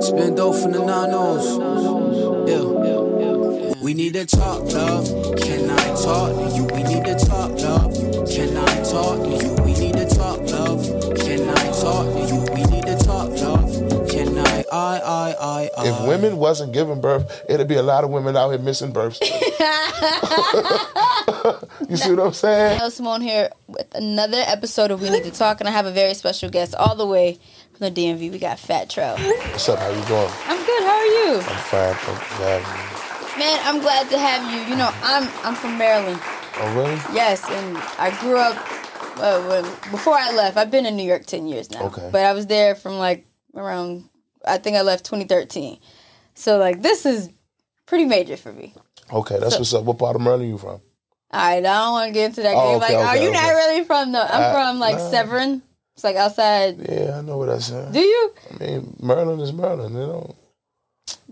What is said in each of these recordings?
Spin dough from the nanos. Yeah. We need to talk, love. Can I talk to you? We need to talk, love. Can I talk to you? We need to talk, love. Can I talk to you? We need to talk, love. Can I? I, I, I, I. If women wasn't giving birth, it'd be a lot of women out here missing births. you see what I'm saying? Hello, Simone here with another episode of We Need to Talk, and I have a very special guest all the way from the DMV. We got Fat Tro. What's up? How you doing? I'm good. How are you, I'm fine. Thank you for having man? I'm glad to have you. You know, I'm I'm from Maryland. me. Oh, really? Yes, and I grew up uh, when, before I left. I've been in New York ten years now. Okay. But I was there from like around. I think I left 2013. So like this is pretty major for me. Okay, that's what's up. What part of Maryland you from? All right, I don't want to get into that game. Oh, like, okay, are okay, you not okay. really from the? I'm Uh, from like no. Severn. It's like outside. Yeah, I know what I said. Do you? I mean, Maryland is Maryland, you know.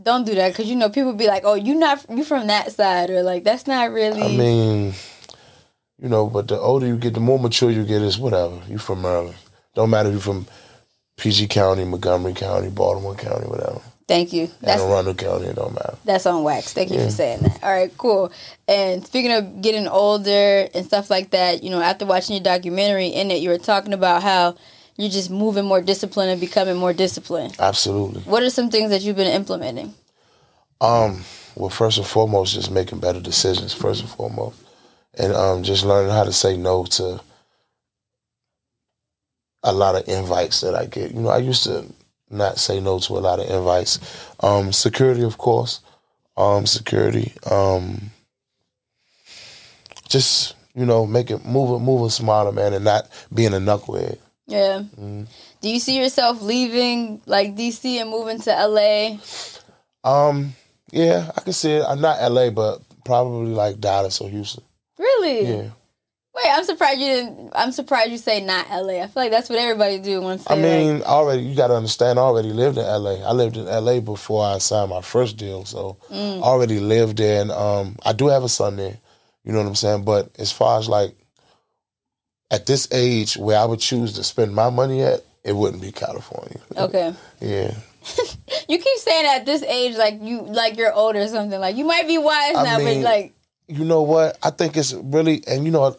Don't do that because you know people be like, "Oh, you not you from that side," or like, "That's not really." I mean, you know, but the older you get, the more mature you get. Is whatever you from Maryland. Don't matter if you from PG County, Montgomery County, Baltimore County, whatever. Thank you. And That's Arundel County, it don't matter. that's on wax. Thank you for saying that. All right, cool. And speaking of getting older and stuff like that, you know, after watching your documentary in it, you were talking about how you're just moving more disciplined and becoming more disciplined. Absolutely. What are some things that you've been implementing? Um, well, first and foremost, just making better decisions. First and foremost, and um, just learning how to say no to a lot of invites that I get. You know, I used to not say no to a lot of invites. Um, security, of course. Um, security. Um, just you know, making moving moving smarter, man, and not being a knucklehead. Yeah. Mm. Do you see yourself leaving like DC and moving to LA? Um, yeah, I can see it. I'm not LA, but probably like Dallas or Houston. Really? Yeah. Wait, I'm surprised you didn't. I'm surprised you say not LA. I feel like that's what everybody do when say I like, mean, already you got to understand. I already lived in LA. I lived in LA before I signed my first deal, so I already lived there. And um, I do have a son there. You know what I'm saying? But as far as like at this age, where I would choose to spend my money at, it wouldn't be California. okay. Yeah, You keep saying at this age, like you, like you're older or something. Like you might be wise I now, mean- but like, you know what? I think it's really, and you know,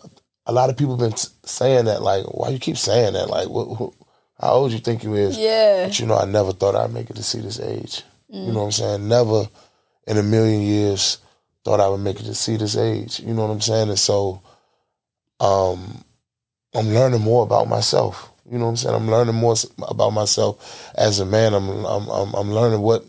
a lot of people been s- saying that. Like, why you keep saying that? Like, what, who, how old you think you is? yeah, But you know, I never thought I'd make it to see this age. You know what I'm saying? Never in a million years thought I would make it to see this age. You know what I'm saying? And so um I'm learning more about myself. You know what I'm saying? I'm learning more s- about myself as a man. I'm I'm I'm, I'm learning what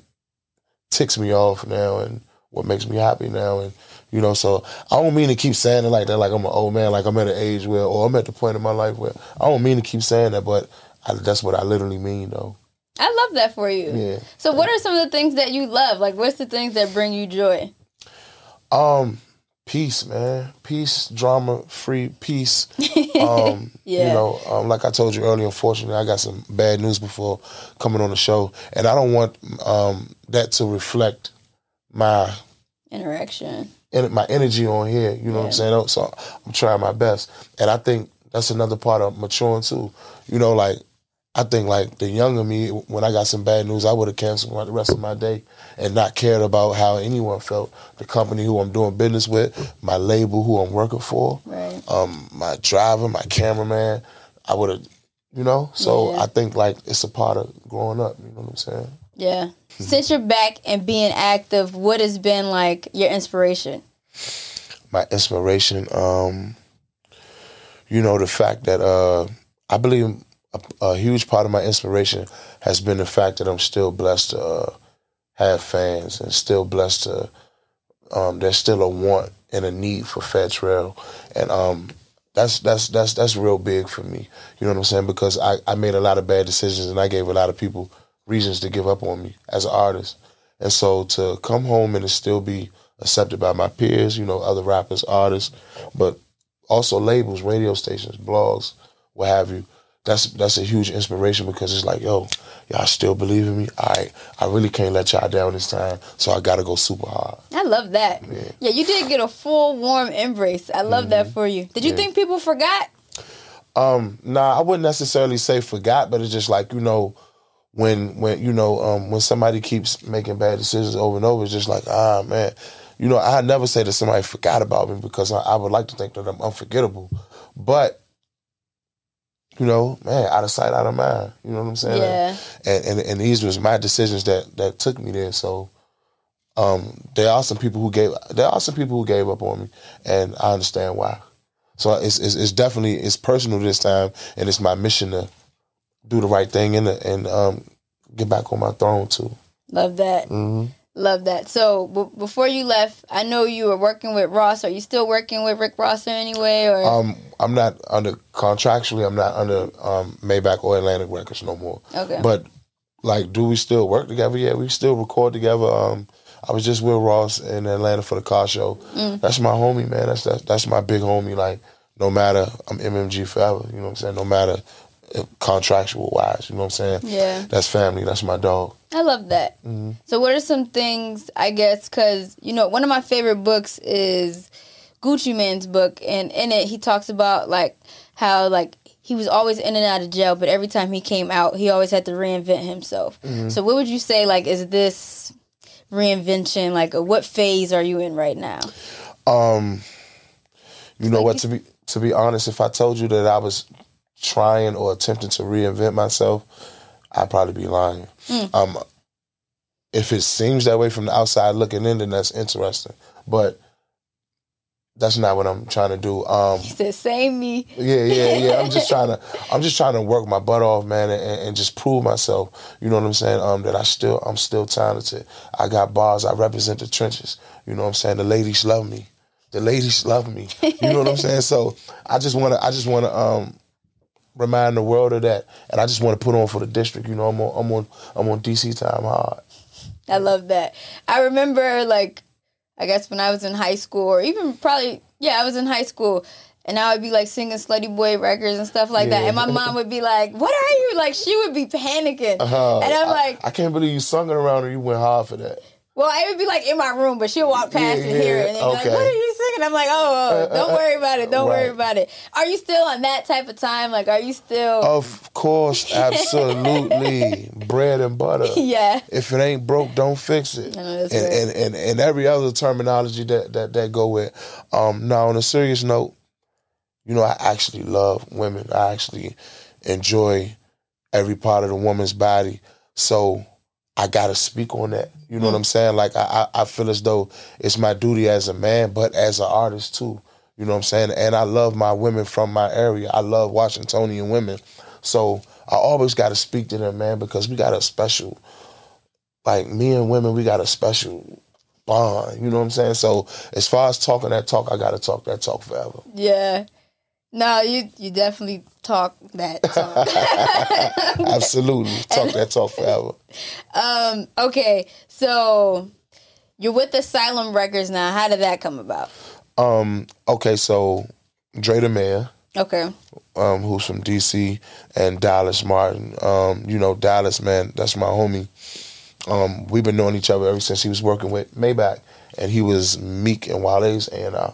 ticks me off now and what makes me happy now and you know, so I don't mean to keep saying it like that, like I'm an old man, like I'm at an age where, or I'm at the point in my life where I don't mean to keep saying that, but I, that's what I literally mean, though. I love that for you. Yeah. So, what are some of the things that you love? Like, what's the things that bring you joy? Um, peace, man. Peace, drama free, peace. Um, Yeah. you know, um, like I told you earlier, unfortunately, I got some bad news before coming on the show, and I don't want um that to reflect my Interaction. en- my energy on here. You know what I'm saying? Oh, So I'm trying my best, and I think that's another part of maturing too. You know, like I think like the younger me, when I got some bad news, I would have canceled my, the rest of my day and not cared about how anyone felt. The company who I'm doing business with, my label who I'm working for, Right. um, my driver, my cameraman, I would have. You know, so Yeah. I think like it's a part of growing up. You know what I'm saying? Yeah. Since you're back and being active, what has been like your inspiration? my inspiration. Um, you know, the fact that uh, I believe a, a huge part of my inspiration has been the fact that I'm still blessed to uh, have fans and still blessed to. Um, there's still a want and a need for Fat Trail, and um, that's that's that's that's real big for me. You know what I'm saying? Because I, I made a lot of bad decisions and I gave a lot of people reasons to give up on me as an artist. And so to come home and to still be accepted by my peers, you know, other rappers, artists, but also labels, radio stations, blogs, what have you. That's that's a huge inspiration because it's like, yo, y'all still believe in me? All right, I really can't let y'all down this time, so I gotta go super hard. I love that. Yeah, you did get a full warm embrace. I love Mm-hmm. that for you. Did you think people forgot? Nah, I wouldn't necessarily say forgot, but it's just like, you know, when when you know um, when somebody keeps making bad decisions over and over, it's just like ah man, you know I never say that somebody forgot about me because I, I would like to think that I'm unforgettable, but you know man out of sight out of mind. You know what I'm saying? Yeah. And and, and these was my decisions that that took me there. So. Um, there are some people who gave. There are some people who gave up on me, and I understand why. So it's, it's it's definitely it's personal this time, and it's my mission to do the right thing and and um, get back on my throne too. Love that. Love that. So b- before you left, I know you were working with Ross. Are you still working with Rick Ross in any way? Or Um, I'm not under contractually. I'm not under um, Maybach or Atlantic Records no more. Okay. But like, do we still work together? Yeah, we still record together. Um, I was just with Ross in Atlanta for the car show. Mm. That's my homie, man. That's that, that's my big homie. Like, no matter I'm MMG forever. You know what I'm saying? No matter uh, contractual wise. You know what I'm saying? Yeah. That's family. That's my dog. I love that. So, what are some things, I guess, because, you know, one of my favorite books is Gucci Man's book, and in it, he talks about, like, how, like, he was always in and out of jail, but every time he came out, he always had to reinvent himself. So, what would you say, like, is this reinvention, like, what phase are you in right now? Um, you know what? To be to be honest, if I told you that I was trying or attempting to reinvent myself, I'd probably be lying. Um, if it seems that way from the outside looking in, then that's interesting. But that's not what I'm trying to do. Um, He said, same me. yeah, yeah, yeah. I'm just trying to, I'm just trying to work my butt off, man, and, and just prove myself. You know what I'm saying? Um, that I still, I'm still talented. I got bars. I represent the trenches. You know what I'm saying? The ladies love me. The ladies love me. You know what I'm saying? So I just wanna, I just wanna, um, remind the world of that, and I just wanna put on for the district. You know, I'm on, I'm on, I'm on DC time hard. I love that. I remember, like, I guess when I was in high school, or even probably, yeah, I was in high school, and I would be like singing Slutty Boy records and stuff like that. Yeah. And my mom would be like, What are you? Like, she would be panicking. Uh, and I'm I- like, I can't believe you sung it around and you went hard for that. Well, I would be like in my room, but she'll walk past Yeah, and hear yeah, it. And then be like, okay. Uh, What are you singing? I'm like, Oh, oh don't worry about it. Don't worry right. about it. Are you still on that type of time? Like, are you still. Of course, absolutely. Bread and butter. Yeah. If it ain't broke, don't fix it. I know that's and, right. and, and and every other terminology that that, that go with. Um, now, on a serious note, you know, I actually love women. I actually enjoy every part of the woman's body. So I gotta speak on that. You Hmm. know what I'm saying? Like I, I I feel as though it's my duty as a man, but as an artist too. You know what I'm saying? And I love my women from my area. I love Washingtonian women. So I always gotta speak to them, man, because we got a special like me and women, we got a special bond. You know what I'm saying? So as far as talking that talk, I gotta talk that talk forever. Yeah. No, you you definitely talk that talk. Absolutely. Talk that talk forever. Um, okay, so you're with Asylum Records now. How did that come about? Um, okay, so Dre the Mayor, Okay. um, who's from DC and Dallas Martin. Um, you know, Dallas man, that's my homie. Um, we've been knowing each other ever since he was working with Maybach and he was Meek and Wale's and uh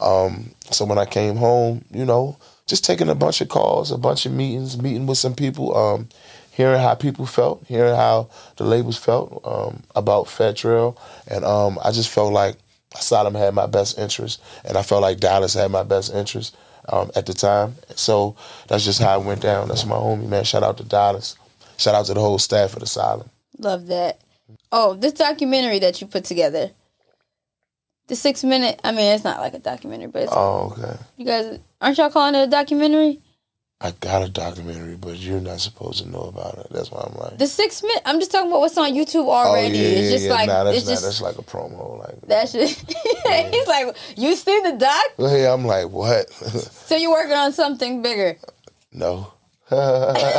um so when I came home, you know, just taking a bunch of calls, a bunch of meetings, meeting with some people, um, hearing how people felt, hearing how the labels felt um, about Fat Trail. And um, I just felt like Sodom had my best interest, and I felt like Dallas had my best interest um, at the time. So that's just how it went down. That's my homie, man. Shout out to Dallas. Shout out to the whole staff at Asylum. Love that. Oh, this documentary that you put together. The six minute I mean it's not like a documentary, but it's, Oh, okay. you guys aren't y'all calling it a documentary? I got a documentary, but you're not supposed to know about it. That's why I'm like, The six minute I'm just talking about what's on YouTube oh already. yeah, yeah, it's just yeah. like nah, that's it's not. just that's like a promo. Like that's just he's like, You seen the doc? Well, hey, I'm like, what? So you're working on something bigger. no.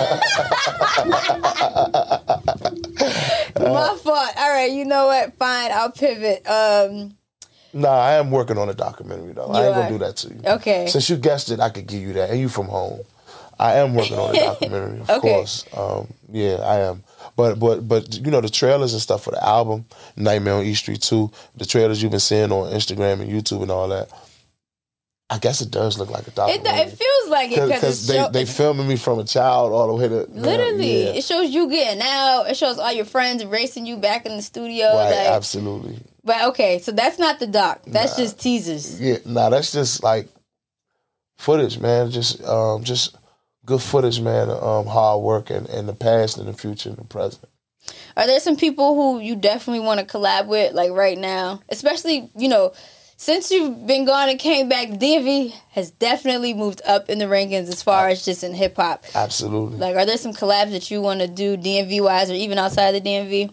Uh. My fault. All right, you know what? Fine, I'll pivot. Um Nah, I am working on a documentary though. I You ain't are. gonna do that to you. Okay. Since you guessed it, I could give you that. And you from home. I am working on a documentary, of Okay. course. Um, yeah, I am. But but but you know the trailers and stuff for the album, Nightmare on E Street Two, the trailers you've been seeing on Instagram and YouTube and all that. I guess it does look like a It, documentary. it feels like it because because they, they filming me from a child all the way to man, literally yeah. it shows you getting out. It shows all your friends racing you back in the studio. right Oh, like, absolutely but okay, so that's not the doc. That's just teasers. yeah nah that's just like footage man just um just good footage man um hard work and, and the past and the future and the present Are there some people who you definitely want to collab with, like right now? Especially, you know, since you've been gone and came back, DMV has definitely moved up in the rankings as far as just in hip hop. absolutely Like, are there some collabs that you want to do DMV wise or even outside the DMV?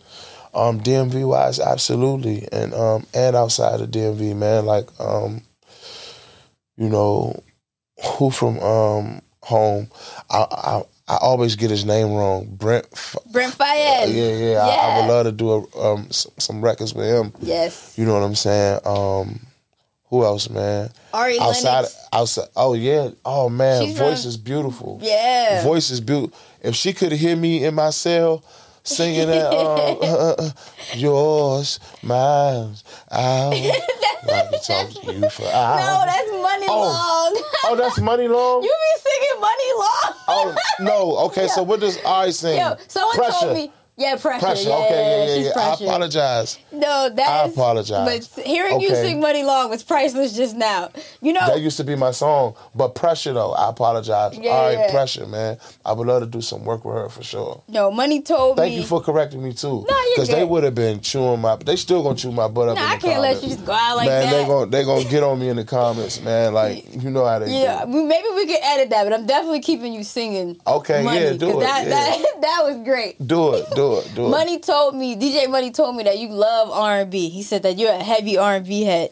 Um, DMV wise, absolutely, and um, and outside of DMV, man, like um, you know, who from um home? I I, I always get his name wrong. Brent. F- Brent Fayez. yeah, yeah. I, I Yeah. would love to do a, um some, some records with him. Yes. You know what I'm saying? Um, who else, man? Ari Outside, Lennox. outside. Oh yeah. Oh man, She's voice from- is beautiful Yeah. voice is beautiful. If she could hear me in my cell singing that, um, yours, mine, ours, I could talk to you for no, hours. that's Money Oh. Long. oh, that's money long. you be singing Money Long. oh no, okay. So what does I sing? Yo, someone pressure. told me. Yeah, pressure. Pressure. Yeah, okay, yeah, yeah, she's yeah. pressure. I apologize. No, that I is- apologize. But hearing you Okay. sing Money Long was priceless just now. You know, That used to be my song, but pressure though. I apologize. Yeah, All right, yeah. pressure, man. I would love to do some work with her for sure. no, Money told Thank me. you for correcting me too, No, you're they good. would have been chewing my. They still gonna chew my butt up. Nah, in the I can't let comments. you just go out like man, that. they gon' they gonna get on me in the comments, man. Like you know how they yeah, do. we, maybe we could edit that, but I'm definitely keeping you singing. Okay, money, yeah, do 'cause it. That, yeah. that that was great. Do it, do it, do it. Money told me DJ Money told me that you love R and B. He said that you're a heavy R and B head.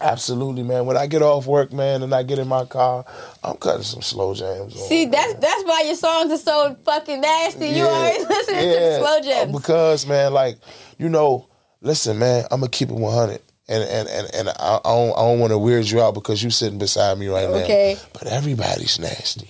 Absolutely, man. When I get off work, man, and I get in my car, I'm cutting some slow jams. on, See, Oh, man. that's that's why your songs are so fucking nasty. You Yeah, always listening to yeah. the slow jams. Because man, like you know, listen, man, I'm gonna keep it 100. And, and, and, and I I don't, I don't want to weird you out because you sitting beside me right Okay. now. But everybody's nasty.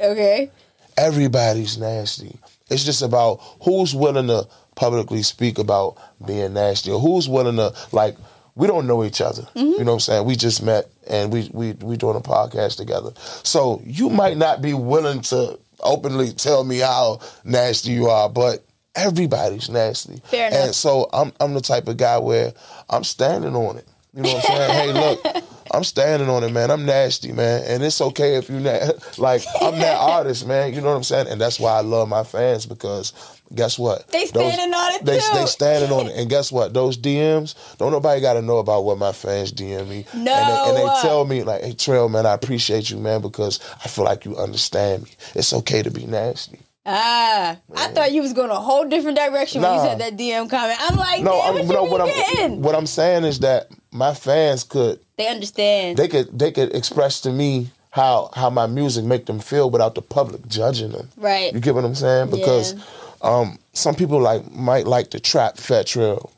Okay. everybody's nasty. It's just about who's willing to publicly speak about being nasty or who's willing to like we don't know each other. Mm-hmm. You know what I'm saying? We just met and we we we doing a podcast together. So you might not be willing to openly tell me how nasty you are, but everybody's nasty. Fair enough. And so I'm I'm the type of guy where I'm standing on it. You know what I'm saying? hey, look, I'm standing on it, man. I'm nasty, man, and it's okay if you na- like I'm that artist, man. You know what I'm saying? And that's why I love my fans because guess what? They standing on it, they, too. They standing on it, and guess what? Those DMs don't nobody got to know about what my fans DM me. and they, and No. they tell me like, "Hey, Trail, man, I appreciate you, man, because I feel like you understand me. It's okay to be nasty." Ah, I thought you was going a whole different direction when Nah. you said that DM comment. I'm like, No, damn, I'm, what no you what be I'm getting? what I'm saying is that my fans could They understand. they could they could express to me how how my music make them feel without the public judging them. Right. You get what I'm saying? Because Yeah. um, some people like might like the trap fat trail,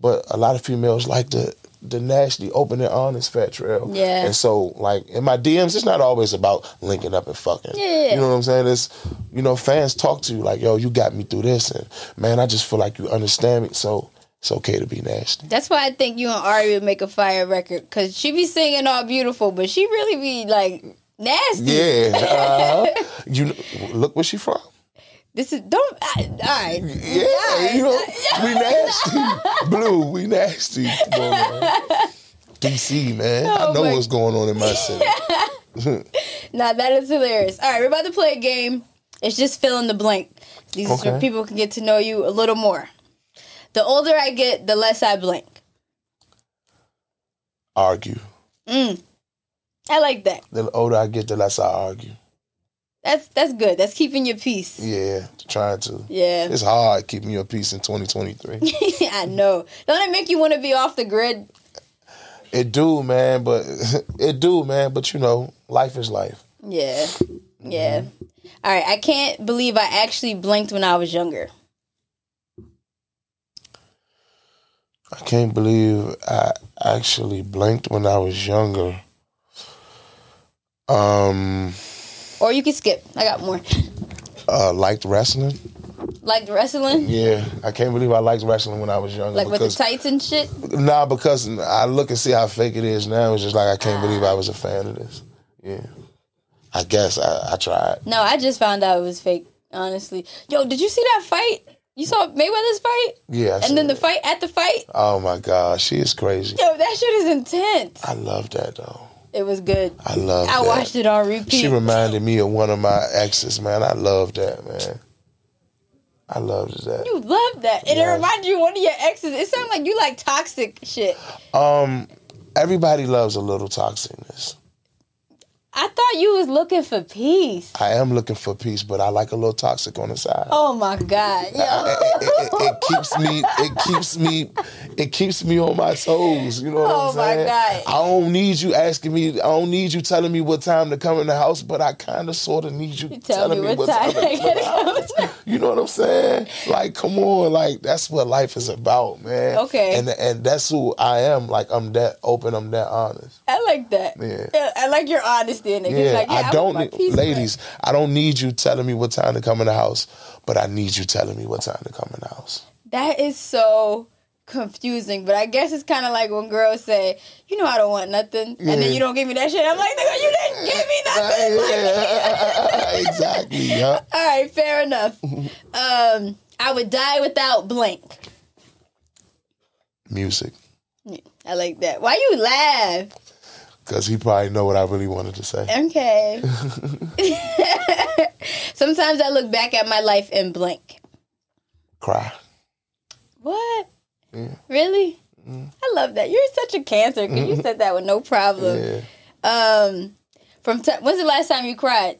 but a lot of females like the the nasty, open and honest fat trail. Yeah. And so like in my DMs, it's not always about linking up and fucking. Yeah. You know what I'm saying? It's you know, fans talk to you like, yo, you got me through this and man, I just feel like you understand me. So it's okay to be nasty. That's why I think you and Ari would make a fire record because she be singing all beautiful, but she really be like nasty. Yeah. Uh, you kn- look where she from. This is don't. I, all right. Yeah, you know, we nasty. Blue, we nasty. Come on, man. DC, man. Oh, I know my- what's going on in my city. Nah, that is hilarious. All right, we're about to play a game. It's just fill in the blank. These are so Okay. people can get to know you a little more. The older I get, the less I blank. Argue. I like that. The older I get, the less I argue. That's that's good. That's keeping your peace. Yeah, trying to. Yeah, It's hard keeping your peace in 2023. I know. Don't it make you want to be off the grid? it do, man, but it do, man, but you know, life is life. Yeah, yeah. Mm-hmm. All right, I can't believe I actually blinked when I was younger. I can't believe I actually blinked when I was younger. Um Or you can skip. I got more. uh liked wrestling. Like wrestling? Yeah, I can't believe I liked wrestling when I was younger. Like with the because, tights and shit? nah, because I look and see how fake it is now. It's just like I can't believe I was a fan of this. Yeah, I guess I, I tried. No, I just found out it was fake, honestly. Yo, did you see that fight? You saw Mayweather's fight? Yeah, I And then said it. the fight at the fight? oh my god, she is crazy. Yo, that shit is intense. I love that though. It was good. I love. I that. watched it on repeat. She reminded me of one of my exes, man. I loved that, man. I loved that. You love that. And Yeah. it reminded you of one of your exes. It sounded like you like toxic shit. Um, everybody loves a little toxicness. I thought you was looking for peace. I am looking for peace, but I like a little toxic on the side. Oh my God. Yo. it, it- it- it keeps me it keeps me it keeps me on my toes you know what Oh, i'm my saying God. i don't need you asking me i don't need you telling me what time to come in the house but i kind of sort of need you, Tell telling me what time to I come gotta go. you know what I'm saying? Like, come on, like that's what life is about, man. Okay. And and that's who I am. Like I'm that open, I'm that honest. I like that. Yeah. I like your honesty in it. 'Cause you're Yeah, like, yeah, I I don't want my need peace back. ladies, I don't need you telling me what time to come in the house, but I need you telling me what time to come in the house. That is so confusing, but I guess it's kind of like when girls say, "You know, I don't want nothing," and then you don't give me that shit. I'm like, "Nigga, you didn't give me nothing." Yeah, exactly. Yeah. All right, fair enough. Um, I would die without blank. Music. I like that. Why you laugh? Cause he probably know what I really wanted to say. Okay. Sometimes I look back at my life and blank. Cry. What? Really? I love that. You're such a cancer because you said that with no problem. Yeah. Um, from t- when's the last time you cried?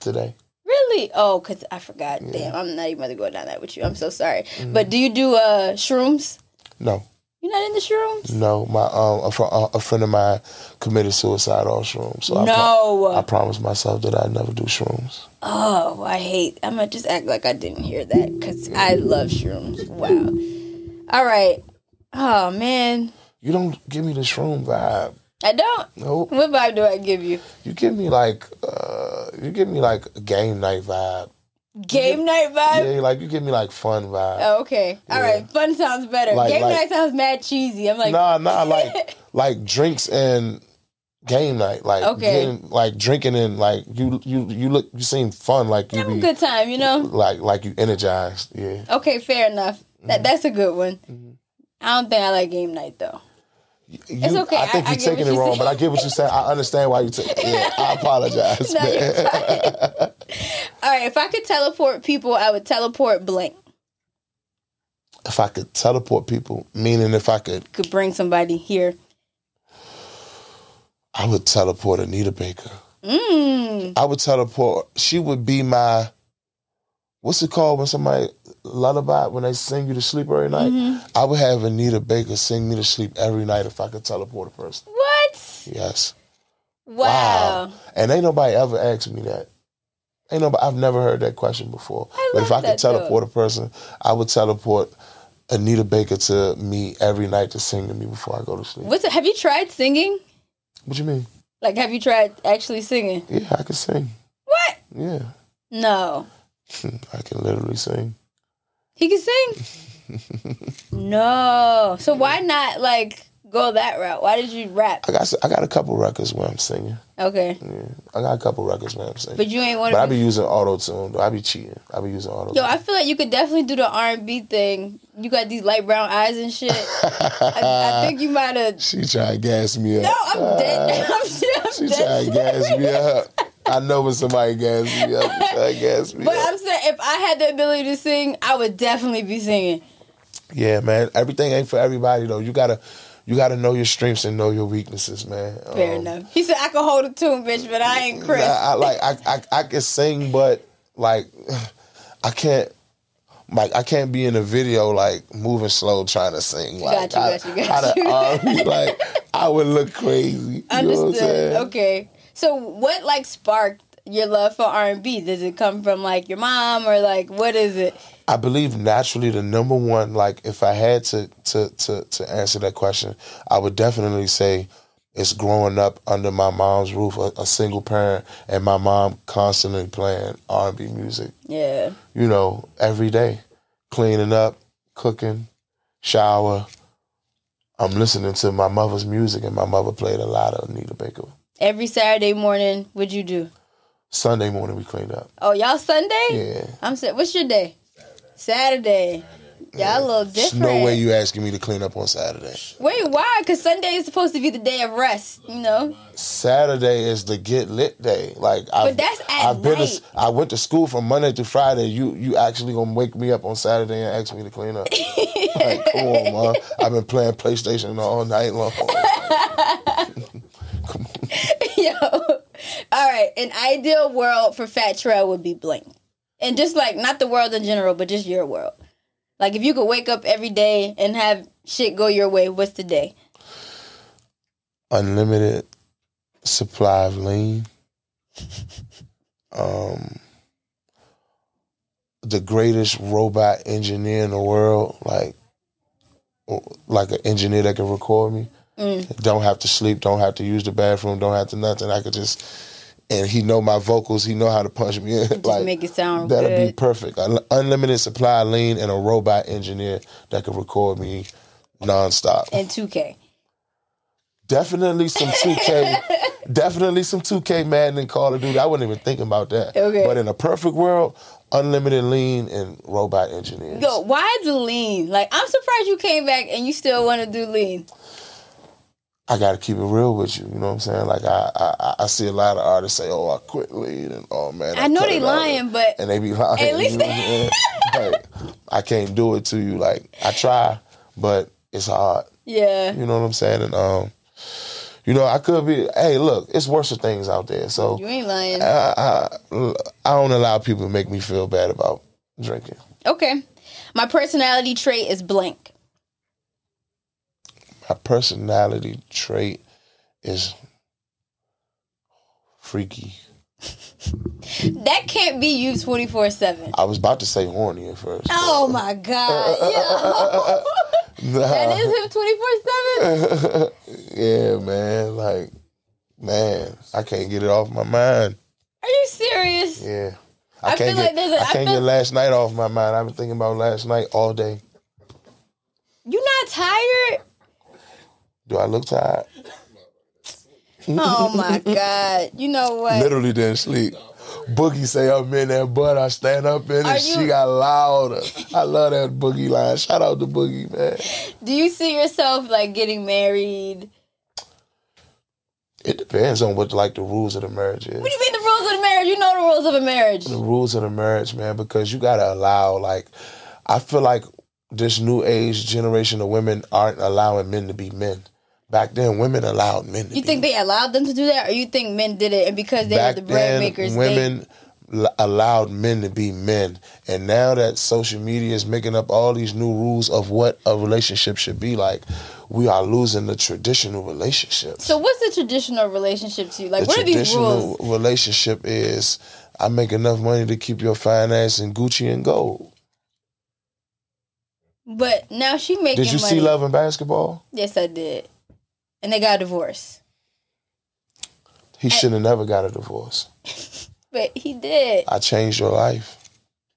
Today. Really? Oh, cause I forgot. Damn, I'm not even about to go down that with you. I'm so sorry. Mm-hmm. But do you do uh shrooms? No. You're not into shrooms? No. My um a, fr- uh, a friend of mine committed suicide on shrooms. So I pro- no. I promised myself that I'd never do shrooms. oh, I hate. I'm gonna just act like I didn't hear that because I Mm-hmm. love shrooms. Wow. All right. Oh man, You don't give me the shroom vibe. I don't. Nope. What vibe do I give you? You give me like uh you give me like a game night vibe. Game night vibe. Yeah, like you give me like fun vibe. Oh, okay. All right. Fun sounds better. Like- Game like- night sounds mad cheesy. I'm like, nah, nah, like like drinks and game night. Like Okay. getting- like drinking and like you you you look you seem fun, like you have a be good time, you know. like like you energized. Yeah. Okay, fair enough. Mm-hmm. That that's a good one. I don't think I like game night though. You, okay, I think I- I you're get taking what it you wrong, say. but I get what you're saying. I understand why you took yeah, I apologize. No, man. you're fine. All right, if I could teleport people, I would teleport blank. If I could teleport people, meaning if I could Could bring somebody here. I would teleport Anita Baker. Mm. I would teleport. She would be my. What's it called when somebody lullaby when they sing you to sleep every night? Mm-hmm. I would have Anita Baker sing me to sleep every night if I could teleport a person. What? Yes. Wow. And ain't nobody ever asked me that. Ain't nobody. I've never heard that question before. I but if I love could that, though. teleport a person, I would teleport Anita Baker to me every night to sing to me before I go to sleep. What's have you tried singing? What you mean? Like have you tried actually singing? Yeah, I can sing. What? Yeah, Hmm, No. I can literally sing. He can sing? no. So why not like go that route? Why did you rap? I got I got a couple records where I'm singing. Okay. I got a couple records, man. I'm saying. But But, you ain't one I of be using auto tune though. I be cheating. I be using auto. Yo, I feel like you could definitely do the R and B thing. You got these light brown eyes and shit. I, I think you might have. she try to gas me up. Ah. No, I'm dead. I'm, She I'm try to dead. gas me up. I know when somebody gas me up. She try to gas me But up. I'm saying, if I had the ability to sing, I would definitely be singing. yeah, man. Everything ain't for everybody though. You gotta, you gotta know your strengths and know your weaknesses, man. Fair Um, enough. He said I could hold a tune, bitch, but I ain't Chris. Nah, I, like I, I I can sing, but like I can't. Like I can't be in a video like moving slow trying to sing. Like you, I, got you, got I'd- you. I'd be like I would look crazy. You know what I'm Understood. saying? okay. So, what like sparked your love for R and B? Does it come from like your mom or like what is it? I believe naturally the number one, like if I had to to to to answer that question, I would definitely say it's growing up under my mom's roof, a, a single parent, and my mom constantly playing R and B music. Yeah. You know, every day, cleaning up, cooking, shower. I'm listening to my mother's music, and my mother played a lot of Anita Baker. Every Saturday morning, what'd you do? Sunday morning, we cleaned up. Oh, y'all Sunday? Yeah. I'm sa- what's your day? Saturday. Y'all a little There's different. no way you asking me to clean up on Saturday. Wait, why? Because Sunday is supposed to be the day of rest, you know? Saturday is the get lit day. Like, I've, that's at I've been. night. To, I went to school from Monday to Friday. You you actually gonna wake me up on Saturday and ask me to clean up? like, come on, man. I've been playing PlayStation all night long. Yo. All right. An ideal world for Fat Trail would be blank. And just like, not the world in general, but just your world. Like, if you could wake up every day and have shit go your way, what's the day? Unlimited supply of lean. Um, the greatest robot engineer in the world, like, like an engineer that can record me. Mm. Don't have to sleep. Don't have to use the bathroom. Don't have to nothing. I could just. And he know my vocals. He know how to punch me in. Just make it sound That'd be good. perfect. Un- Unlimited supply of lean and a robot engineer that could record me nonstop. And 2K. Definitely some 2K. definitely some 2K Madden and Call of Duty. I wasn't even thinking about that. Okay. But in a perfect world, unlimited lean and robot engineers. Yo, why the lean? Like, I'm surprised you came back and you still want to do lean. I gotta keep it real with you. You know what I'm saying? Like I, I, I- I see a lot of artists say, "Oh, I quit lean," and oh man, I know cut they it out." lying, but and they be lying. at least you know what I'm saying? Like, I can't do it to you. Like I try, but it's hard. Yeah. You know what I'm saying? And um, you know I could be. Hey, look, it's worse of things out there. So You ain't lying. I, I, I don't allow people to make me feel bad about drinking. Okay. My personality trait is blank. My personality trait is freaky. That can't be you 24 7. I was about to say horny at first. but- Oh my God. Yo. Nah. That is him 24 7. yeah, man. Like, man, I can't get it off my mind. Are you serious? Yeah. I feel can't like get, there's a- I I can't feel- get last night off my mind. I've been thinking about last night all day. You not tired? Do I look tired? Oh my God. You know what? Literally didn't sleep. Boogie say I'm in that butt. I stand up in Are it. She you- got louder. I love that boogie line. Shout out to Boogie, man. Do you see yourself like getting married? It depends on what like the rules of the marriage is. What do you mean the rules of the marriage? You know the rules of a marriage. the rules of the marriage, man, because you gotta allow like I feel like this new age generation of women aren't allowing men to be men. Back then women allowed men to You be think they allowed them to do that, or you think men did it, and because they back were the bread then makers, they women l- allowed men to be men. And now that social media is making up all these new rules of what a relationship should be like, we are losing the traditional relationship. So what's the traditional relationship to you? Like the what are these traditional rules? relationship is I make enough money to keep your fine ass in Gucci and gold. But now she making Did you money. see Love and Basketball? Yes, I did. And they got a divorce. He should have never got a divorce. But he did. I changed your life.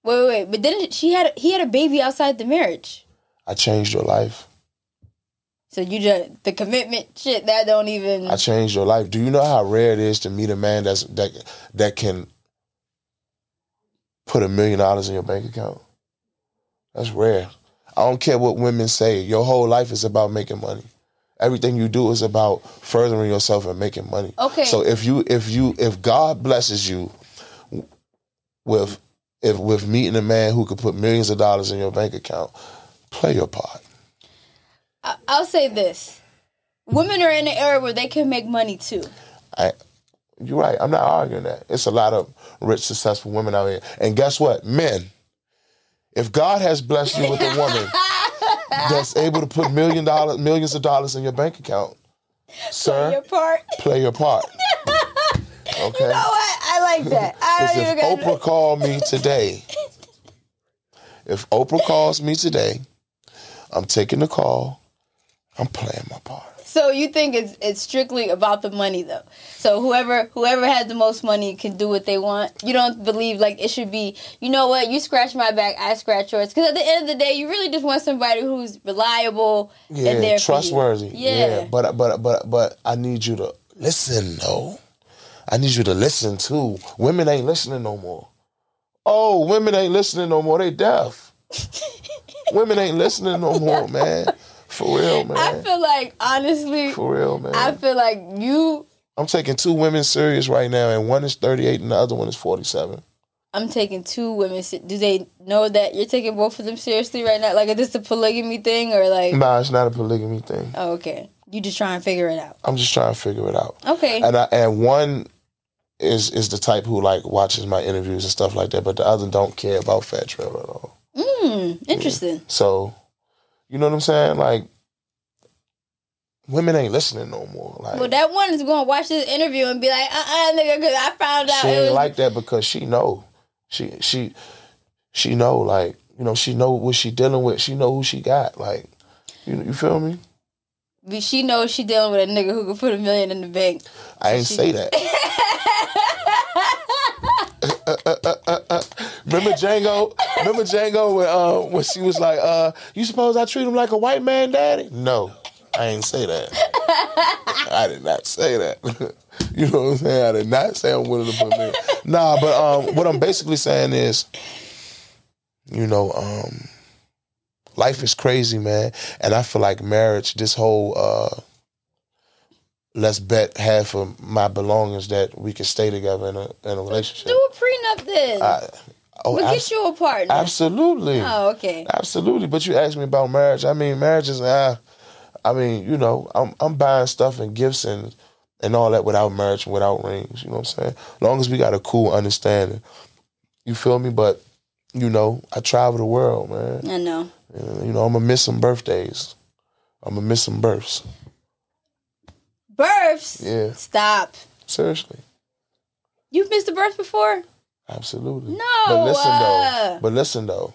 Wait, wait, wait. But then she had he had a baby outside the marriage. I changed your life. So you just the commitment shit that don't even I changed your life. Do you know how rare it is to meet a man that's that that can put a million dollars in your bank account? That's rare. I don't care what women say. Your whole life is about making money. Everything you do is about furthering yourself and making money. Okay. So if you if you if God blesses you with if with meeting a man who could put millions of dollars in your bank account, play your part. I, I'll say this. Women are in an era where they can make money too. I, you're right. I'm not arguing that. It's a lot of rich, successful women out here. And guess what? Men, if God has blessed you with a woman that's able to put million dollar, millions of dollars in your bank account, Your sir, part. play your part. Okay? You know what? Oh, I like that. I Because don't even if gotta- Oprah called me today, if Oprah calls me today, I'm taking the call, I'm playing my part. so you think it's it's strictly about the money though. So whoever whoever has the most money can do what they want. You don't believe like it should be. You know what? You scratch my back, I scratch yours. Because at the end of the day, you really just want somebody who's reliable and Yeah, there trustworthy. For you. Yeah. Yeah. but but but but I need you to listen though. I need you to listen too. Women ain't listening no more. Oh, women ain't listening no more. They deaf. women ain't listening no more, man. For real, man. I feel like honestly, For real, man. I feel like you. I'm taking two women serious right now, and one is 38 and the other one is 47. I'm taking two women. se- Do they know that you're taking both of them seriously right now? Like, is this a polygamy thing or like? Nah, it's not a polygamy thing. Oh, okay, you just trying to figure it out. I'm just trying to figure it out. Okay. And I, and one is is the type who like watches my interviews and stuff like that, but the other don't care about Fat Trevor at all. Mm, interesting. So, you know what I'm saying? Like, women ain't listening no more. Like, Well, that one is going to watch this interview and be like, uh uh nigga, because I found out she it ain't was. like that because she know she she she know like you know she know what she dealing with. She know who she got. Like, you you feel me? but she knows she dealing with a nigga who could put a million in the bank. I ain't say that. Remember Django? Remember Django when uh, when she was like, uh, "You suppose I treat him like a white man, daddy?" No, I ain't say that. I did not say that. you know what I'm saying? I did not say I'm willing to put me. Nah, but um, what I'm basically saying is, you know, um, life is crazy, man, and I feel like marriage. This whole uh, let's bet half of my belongings that we can stay together in a in a relationship. Do a prenup then. I, oh, we'll abs- get you a partner. absolutely, Oh, okay. absolutely. But you asked me about marriage. I mean, marriage is. Uh, I mean, you know, I'm I'm buying stuff and gifts and and all that without marriage, and without rings. You know what I'm saying? long as we got a cool understanding, you feel me? But you know, I travel the world, man. I know. And, you know, I'm gonna miss some birthdays. I'm gonna miss some births. Births. Yeah. Stop. Seriously. You've missed a birth before? Absolutely. No, But listen though. uh, But listen though.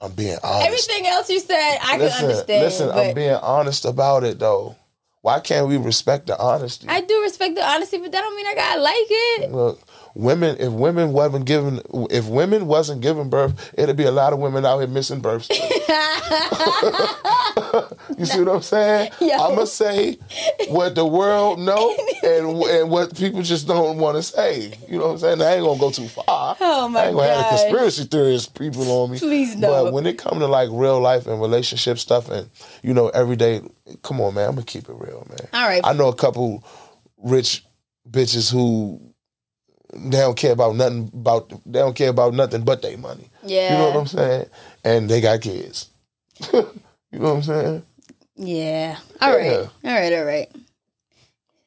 I'm being honest. Everything else you said, I Oh, listen, can understand. listen. but I'm being honest about it though. Why can't we respect the honesty? I do respect the honesty, but that don't mean I gotta like it. Look, women. If women wasn't given, if women wasn't giving birth, it'd be a lot of women out here missing births. you see what I'm saying? Yo. I'ma say what the world know and and what people just don't want to say. You know what I'm saying? I ain't gonna go too far. Oh, my I ain't gonna have gosh. a conspiracy theorist people on me. Please no. But when it come to like real life and relationship stuff and you know everyday, come on, man. I'm gonna keep it real, man. All right. I know a couple rich bitches who they don't care about nothing about they don't care about nothing but their money. Yeah. You know what I'm saying? And they got kids. you know what I'm saying? Yeah. All right. Yeah. All right. All right.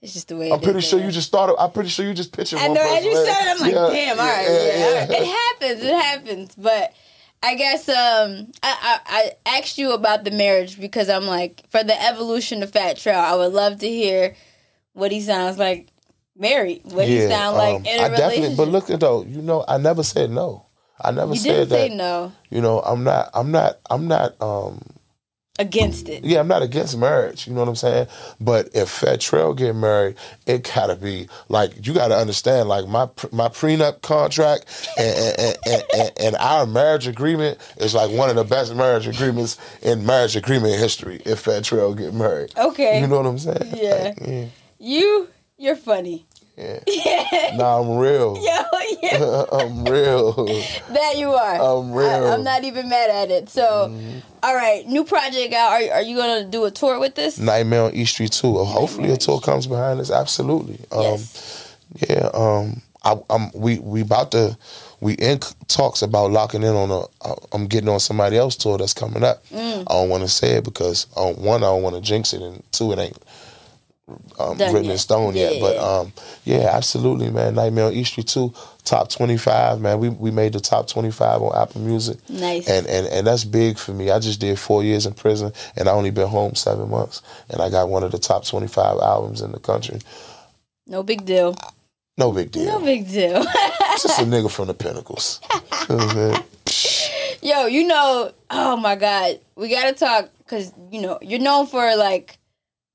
It's just the way. I'm it pretty is, sure man. you just started. I'm pretty sure you just pictured. I one know. person, As you right? said, it, I'm like, Yeah, damn. All right. yeah, Yeah, all yeah. right. It happens. It happens. But I guess um, I, I I asked you about the marriage because I'm like, for the evolution of Fat Trail, I would love to hear what he sounds like married. What he sound like um, in a I definitely. relationship. But look at though, you know, I never said no. I never you said didn't that. say no You know, I'm not. I'm not. I'm not. Um, against it. yeah, I'm not against marriage. You know what I'm saying? But if Fat Trail get married, it gotta be like you gotta understand. Like my pr- my prenup contract and and, and, and, and and our marriage agreement is like one of the best marriage agreements in marriage agreement history. If Fat Trail get married, Okay. you know what I'm saying? Yeah. Like, yeah. You you're funny. Yeah. Nah, I'm real. Yo, yeah. I'm real. That you are. I'm real. Mm-hmm. I, am not even mad at it. So, all right, new project out. Are, are you gonna do a tour with this? Nightmare on E Street 2. Oh, Hopefully Nightmare a on tour comes behind this. Absolutely. Um, yes. Yeah, um, I, I'm we we about to we in talks about locking in on a. uh, I'm getting on somebody else tour that's coming up. Mm. I don't want to say it because um, one I don't want to jinx it, and two it ain't um, Done written in yet. stone yet. Yeah. But um, yeah, absolutely, man. Nightmare on E Street two, top twenty five, man. We we made the top twenty five on Apple Music. Nice. Um, And, and and that's big for me. I just did four years in prison, and I only been home seven months, and I got one of the top twenty five albums in the country. No big deal. No big deal. No big deal. just a nigga from the Pinnacles. Yo, you know, oh my God, we gotta talk because you know you're known for like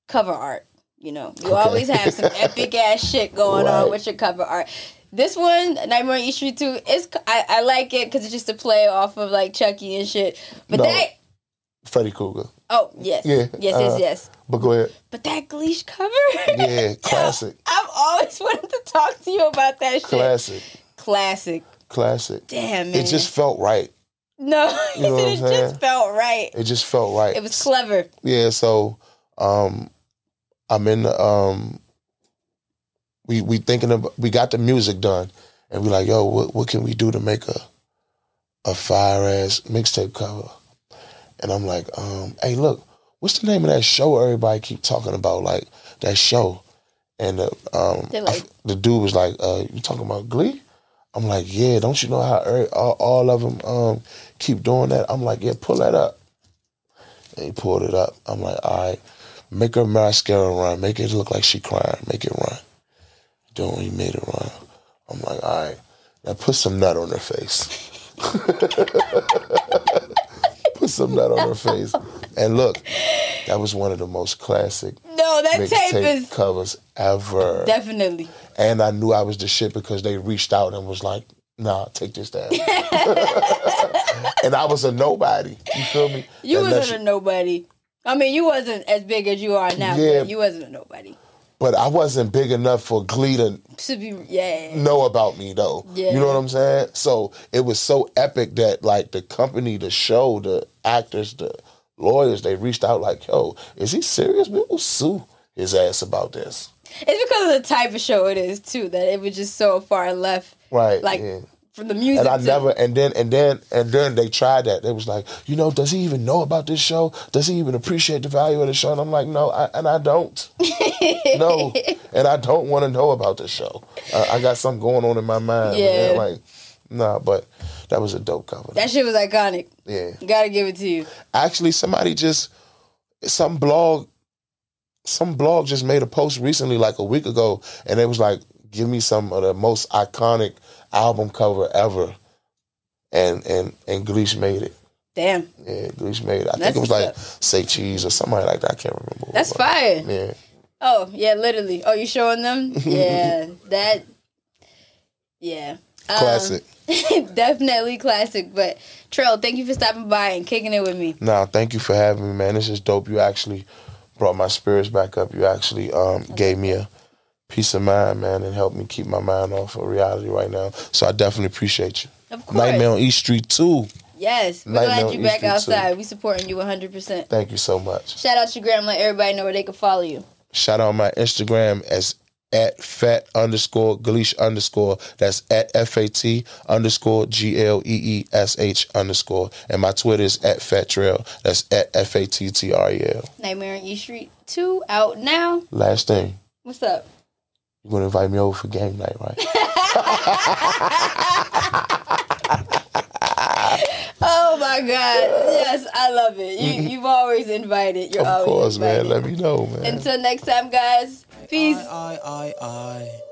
cover art. You know, you Okay. always have some epic ass shit going on Right. with your cover art. This one, Nightmare on East Street Two, is I, I like it because it's just a play off of like Chucky and shit. But No. that Freddy Cougar. oh yes, Yeah, yes, uh, yes, yes. But go ahead. But that Gleesh cover, Yeah, classic, I've always wanted to talk to you about that shit. classic, Classic. classic. Damn man. It just felt right. no, You know what it I'm saying? just felt right. It just felt right. It was clever. Yeah, so um I'm in the um we we thinking about we got the music done and we like, yo, what what can we do to make a a fire ass mixtape cover? And I'm like, um, hey look, what's the name of that show everybody keep talking about? Like that show. And the um They're I like- f- the dude was like, uh, you talking about Glee? I'm like, yeah, don't you know how er- all, all of them um, keep doing that? I'm like, yeah, pull that up. And he pulled it up. I'm like, all right, make her mascara run. Make it look like she crying. Make it run. Don't he made it run. I'm like, all right. Now put some nut on her face. put some nut on her face. And look, that was one of the most classic No, that tape mixtape is covers ever. definitely. And I knew I was the shit because they reached out and was like, nah, take this down. and I was a nobody. You feel me? You Unless wasn't a nobody. I mean, you wasn't as big as you are now, Yeah. but you wasn't a nobody. But I wasn't big enough for Glee to To be, yeah. know about me though. Yeah. You know what I'm saying? So it was so epic that like the company, the show, the actors, the lawyers, they reached out like, yo, is he serious? We will sue his ass about this. It's because of the type of show it is too that it was just so far left, Right. like yeah. from the music. And I to- never and then and then and then they tried that. They was like, you know, does he even know about this show? Does he even appreciate the value of the show? And I'm like, no, I, and I don't. no, and I don't want to know about this show. I, I got something going on in my mind. man. Yeah. like, nah. But that was a dope cover. That shit was iconic. yeah, Gotta give it to you. actually, somebody just some blog, some blog just made a post recently, like a week ago, and it was like, give me some of the most iconic album cover ever. And and and Gleesh made it. Damn, Yeah, Gleesh made it. I That's think it was what's like Say Cheese or somebody like that. I can't remember. who it that's was. fire. Yeah. Oh yeah, literally. Oh, you showing them? Yeah, that. Yeah. Um, Classic. definitely classic. But Trill, thank you for stopping by and kicking it with me. Now, thank you for having me, man. This is dope. You actually brought my spirits back up. You actually um, gave me a peace of mind, man, and helped me keep my mind off of reality right now. So I definitely appreciate you. Of course. Nightmare on East Street too. Yes, we're Night glad Note you're back Eastern too. outside. We supporting you 100%. Thank you so much. Shout out to your gram. Let everybody know where they can follow you. Shout out my Instagram as at fat underscore gleesh underscore. That's at F A T underscore G L E E S H underscore. And my Twitter is at fat trail. That's at F A T T R E L. Nightmare on E Street 2 out now. Last thing, What's up? you're gonna invite me over for game night, right? Oh my God. Yes, I love it. You, you've always invited. You're Of always course, invited. man. Let me know, man. Uh, Until next time, guys. Peace. I, I, I, I.